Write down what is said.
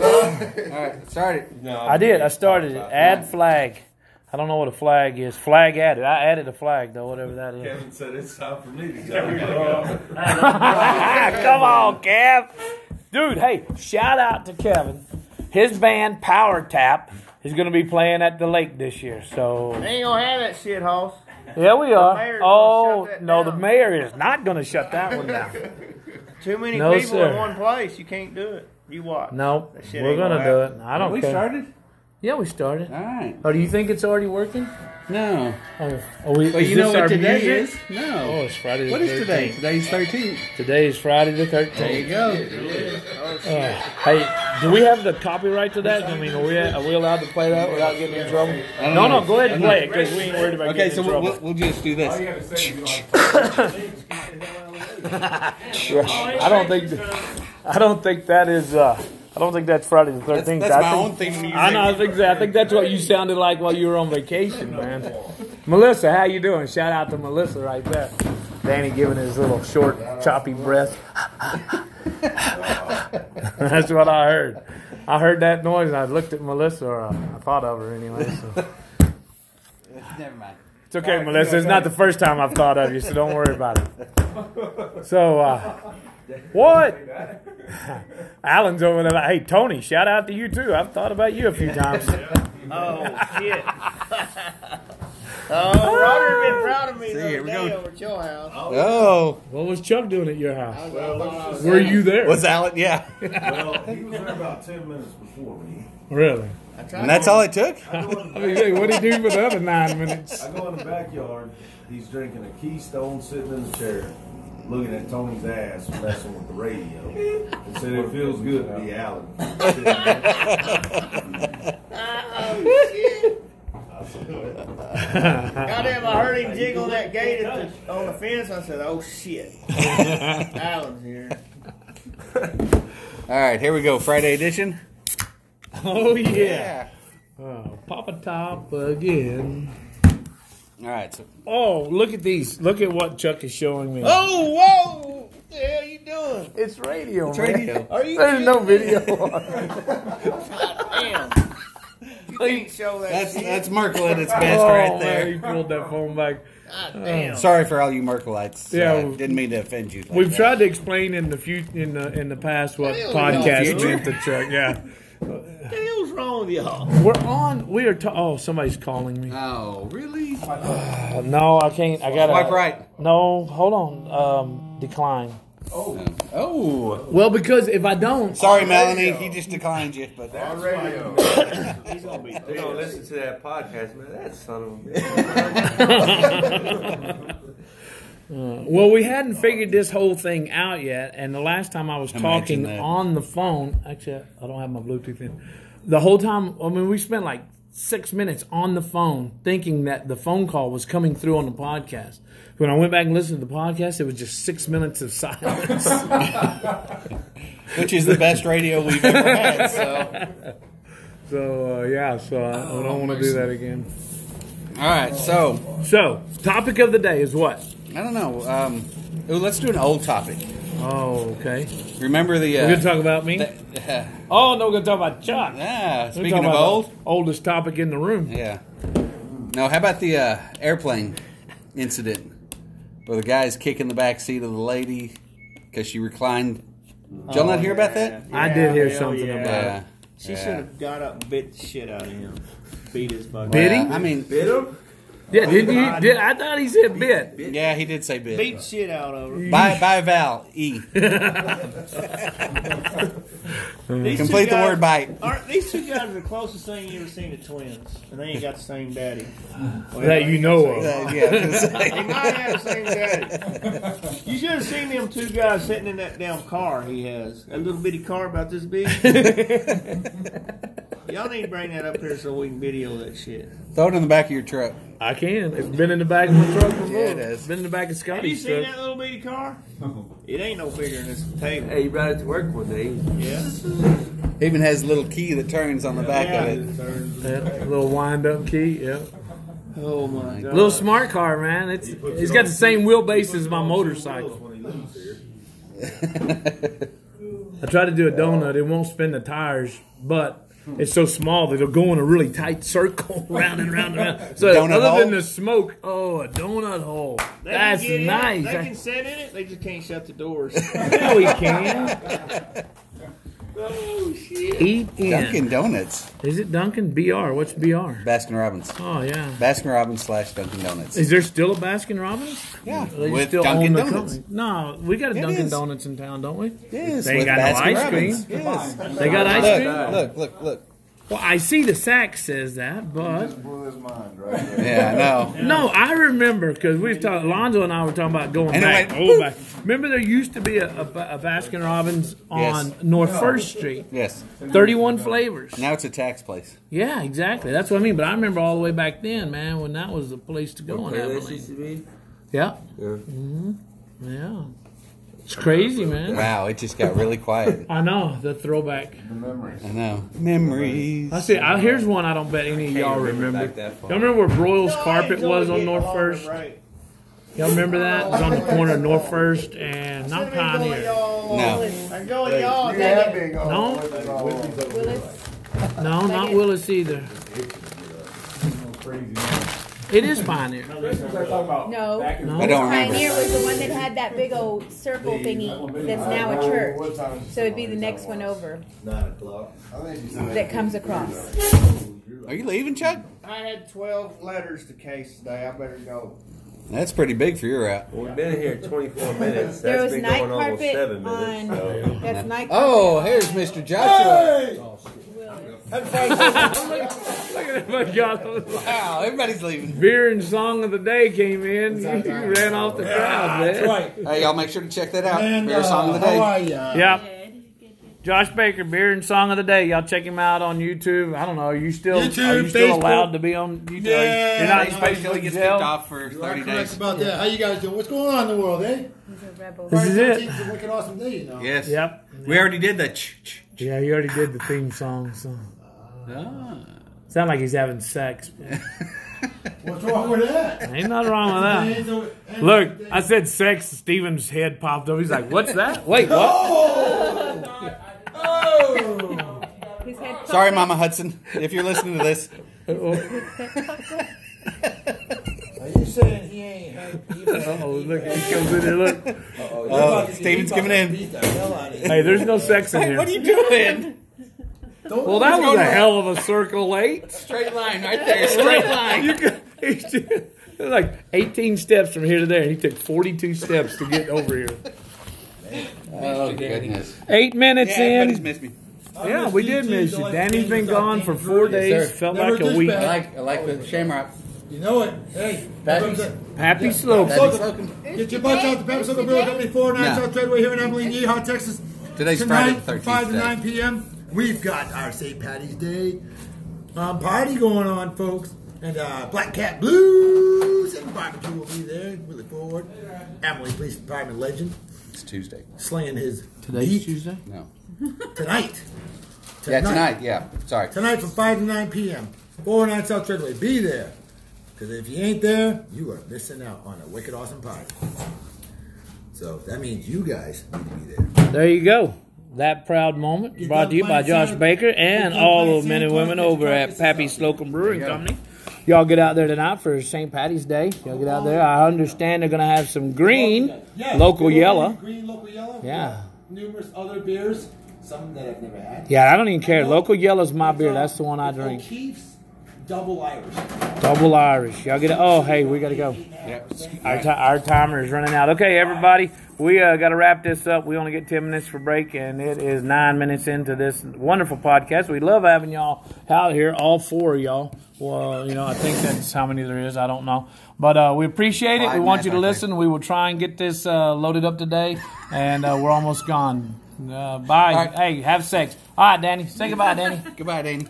Alright, sorry. No. I did. I started it. Add flag. I don't know what a flag is. Flag added. I added a flag though, whatever that is. Kevin said it's time for me to go. Come on, Kev. Dude, hey, shout out to Kevin. His band Power Tap is going to be playing at the lake this year. So Ain't gonna have that shit, hoss. yeah, we are. mayor's gonna Oh shut that no, the down. mayor is not going to shut that one down. Too many No, people sir. in one place. You can't do it. You watch. No, That shit we're ain't gonna going to do it. I don't We care. started? Yeah, we started. Alright. Oh, do you think it's already working? No. Oh, are we, But is you know this what our today music? is? No. Oh, it's Friday the what is 13th. today? Today's 13th. Today is Friday the 13th. There you go. Oh, Uh, hey, do we have the copyright to that? I mean, are we, are we allowed to play that without getting in trouble? don't No, know. no, go ahead and I don't play it because we ain't worried about Okay, getting so in we'll, trouble. we'll, we'll just do this. All you gotta say is you like I don't think I don't think that is. Uh, I don't think that's Friday the That's, Thirteenth. that's I my think, own theme music. I know. I think that, I think that's what you sounded like while you were on vacation, man. Melissa, how you doing? Shout out to Melissa right there. Danny giving his little short, choppy breath. that's what I heard. I heard that noise and I looked at Melissa, or uh, I thought of her anyway. So. Never mind. It's okay, Melissa. It's not the first time I've thought of you, so don't worry about it. So, uh, what? Alan's over there. Like, hey, Tony, shout out to you too. I've thought about you a few times. Oh shit. oh, Roger been proud of me the here other we day go. over at your house. Oh, What was Chuck doing at your house? well, Were you there? was Alan? Yeah. well, he was there about ten minutes before me. really? I tried And that's all it took? I go in I the, mean, hey, what did he do for the other nine minutes? I go in the backyard. He's drinking a Keystone, sitting in the chair, looking at Tony's ass, messing with the radio, and said it feels good to be Allen. I Oh shit. said, Goddamn, I heard him jiggle that gate at the, on the fence. I said, oh shit. Alan's here. All right, here we go. Friday edition. Oh yeah. Oh, Papa Top again. All right. So, Oh, look at these. Look at what Chuck is showing me. Oh, whoa! What the hell you doing? it's radio. It's radio. Are you There's no video. Damn. Oh, You can't show that That's shit. that's Merkel at its best right Man, he there. pulled that phone back. God Uh. damn. Sorry for all you Merkelites. Yeah, Yeah, we- didn't mean to offend you. like We've that. tried to explain in the few, in the in the past what Hell no. podcast Future. meant to Chuck. Yeah, What the hell's wrong with y'all? we're on. We are. Ta- oh, somebody's calling me. Uh, Oh, really? no, I can't. I gotta. Swipe right. No, hold on. Um, decline. Oh, Well, because if I don't, sorry, Melanie. He just declined you, but radio. He's gonna be They don't dead. listen to that podcast, man. That son of a bitch. well, we hadn't figured this whole thing out yet. And the last time I was talking that. on the phone, actually, I don't have my Bluetooth in. The whole time, I mean, we spent like six minutes on the phone thinking that the phone call was coming through on the podcast. When I went back and listened to the podcast, it was just six minutes of silence. which is the best radio we've ever had. So, So uh, yeah, so I, I don't want to do that again. all right. So, So topic of the day is what? I don't know. Um, ooh, let's do an old topic. Oh, okay. Remember the? We're Uh, gonna talk about me. the- oh no, we're gonna talk about Chuck. We're yeah. gonna Speaking talk of about old, the oldest topic in the room. yeah. No, how about the uh, airplane incident where the guy's kicking the back seat of the lady because she reclined? Did y'all Oh, not hear about that? Uh, I did hear hell something yeah. about it. Yeah. She should have got up and bit the shit out of him. Beat his butt. Bit him? Yeah, I mean, Bit him? Yeah, did you? Did I thought he said bit? yeah, he did say bit. Beat the shit out of her. By by Val E. These two Complete the guys- word by. Aren't these two guys the closest thing you ever seen to twins? And they ain't got the same daddy. Well, That you know of. Uh, yeah. They might have the same daddy. You should have seen them two guys sitting in that damn car he has. That little bitty car about this big. Y'all need to bring that up here so we can video that shit. Throw it in the back of your truck. I can. It's been in the back of my truck before. Yeah, it is. It's been in the back of Have you Scotty's seen truck. that little bitty car? It ain't no bigger than this table. Hey, you brought it to work one day. Yeah. Even has a little key that turns on the back Yeah. of it. Yeah, little wind up key. Yeah. Oh my god. Little smart car, man. It's it's got the same wheelbase as my motorcycle. When he leaves here. I tried to do a donut. It won't spin the tires, but it's so small that it'll go in a really tight circle, round and round and round. So Donut other than hole? the smoke, oh, a donut hole. They can That's get in it, nice. They can sit in it. They just can't shut the doors. I know he can. oh shit! Eat in. Dunkin' Donuts, Is it Duncan? BR. What's BR? Baskin Robbins, Oh yeah. Baskin Robbins slash Dunkin' Donuts. Is there still a Baskin Robbins? Yeah, Or They with still Dunkin' own the Donuts. company? No, we got a It Dunkin' is. Donuts in town, don't we? Yes, They ain't with got no Baskin ice cream. Robbins. Yes. They got ice cream. Look, look, look. Well, I see the sack says that, but Just blew his mind right there. Yeah, I no, know. I remember because we talked. Alonzo and I were talking about going And it back. went, Oh, back. Remember there used to be a, a, a Baskin Robbins on Yes. North First Street, Yes. thirty-one flavors. Now it's a tax place. Yeah, exactly. That's what I mean. But I remember all the way back then, man, when that was the place to go on Okay, this Abilene. used to be. Yeah, Yeah. yeah. It's crazy, man. Wow, it just got really quiet. I know the throwback. The memories. I know. Memories. I see. I, here's one I don't bet any of y'all remember. back that far. Y'all remember where Broyles No, I Carpet enjoy was on getting North along with First? Ray. Y'all remember that? It was on the corner of North First and not Let me go with Pioneer. y'all. No. I go with y'all. You dang have it. been going No. with it all over. Willis. No, not it. Willis either. Crazy man. It is Pioneer. No. I don't remember. Pioneer was the one that had that big old circle thingy that's now a church. So it'd be the next one over Nine o'clock. I think you said that comes across. Are you leaving, Chuck? I had 12 letters to case today. I better go. That's pretty big for your route. Well, we've been here 24 minutes. There That's was been night going almost carpet seven on. minutes. So. That's night. Oh, here's Mr. Joshua. Look at that God. Wow, everybody's leaving. Beer and song of the day came in. You ran off the crowd, man. Hey, y'all make sure to check that out. Beer song uh, of the day. Yeah. Josh Baker, beer and song of the day. Y'all check him out on YouTube. I don't know. Are you still are you YouTube, still Facebook. allowed to be on YouTube? Yeah. You're not supposed to He's go Basically to gets kicked jail? off for 30 Correct days. about that. How you guys doing? What's going on in the world, eh? He's a rebel. This is it. It's a wicked awesome day, you know. Yes. Yep. We already did that. Ch- ch- Yeah, you already did the theme song. So Ah. sound like he's having sex. man. What's wrong with that? Ain't nothing wrong with that. Ain't no- ain't Look, no- I said sex. Steven's head popped up. He's like, "What's that? Wait, what?" Oh! His head popped Sorry, up. Mama Hudson, if you're listening to this. Are you saying he ain't had people? Oh, look, he comes in here. Look, Oh, Steven's coming in. Beat the hell out of you. hey, there's no sex in Hey, here. what are you doing? Don't well, that was a hell of a circle eight. Straight line right there. Straight line. You could, he's just, like 18 steps from here to there, and he took 42 steps to get over here. Oh, goodness. Eight minutes Yeah, everybody's in. missed me. Yeah, we did miss you. Danny's been gone for four days. sir. Felt Never like a dispatched. week. I like, I like the shamrock. You know it. Hey, Pappy's- Happy Slope. Get your butts out the Pepsi Circle Brewing Company, 409 No. South Treadway here in Abilene, Yeehaw, Texas. Today's Friday Tonight, the 13th. from 5 to today. 9 p.m., we've got our St. Patty's Day um, party going on, folks. And uh, Black Cat Blues and barbecue will be there. We look forward. Abilene Police Department legend It's Tuesday. slaying his Today's meat Tuesday. No. tonight. Yeah, tonight. Yeah. Sorry. Tonight from 5 to 9 p.m. 409 South Treadway. Be there. Because if you ain't there, you are missing out on a wicked awesome party. So that means you guys need to be there. There you go. That proud moment Get brought to you that by bite Josh size- Baker get and that all bite the men size and women part of over the at practice Pappy is up. Slocum Brewing Company. Y'all get out there tonight for St. Patty's Day. Y'all get out there. I understand they're going to have some green, local yellow. Green local yellow. Yeah. Numerous other beers. Some that I've never had. uh, Yeah, I don't even care. Local yellow's my beer. That's the one I drink. O'Keefe's Double Irish. Double Irish. Y'all get it. Oh, hey, we got to go. Our, ti our timer is running out. Okay, everybody, we uh, got to wrap this up. We only get 10 minutes for break, and it is nine minutes into this wonderful podcast. We love having y'all out here, all four of y'all. Well, you know, I think that's how many there is. I don't know. But uh, we appreciate it. We Five want you to minutes, I listen. We will try and get this uh, loaded up today, and uh, we're almost gone. Uh, bye. right. Hey, have sex. All right, Danny. Say goodbye, Danny. Goodbye, Danny.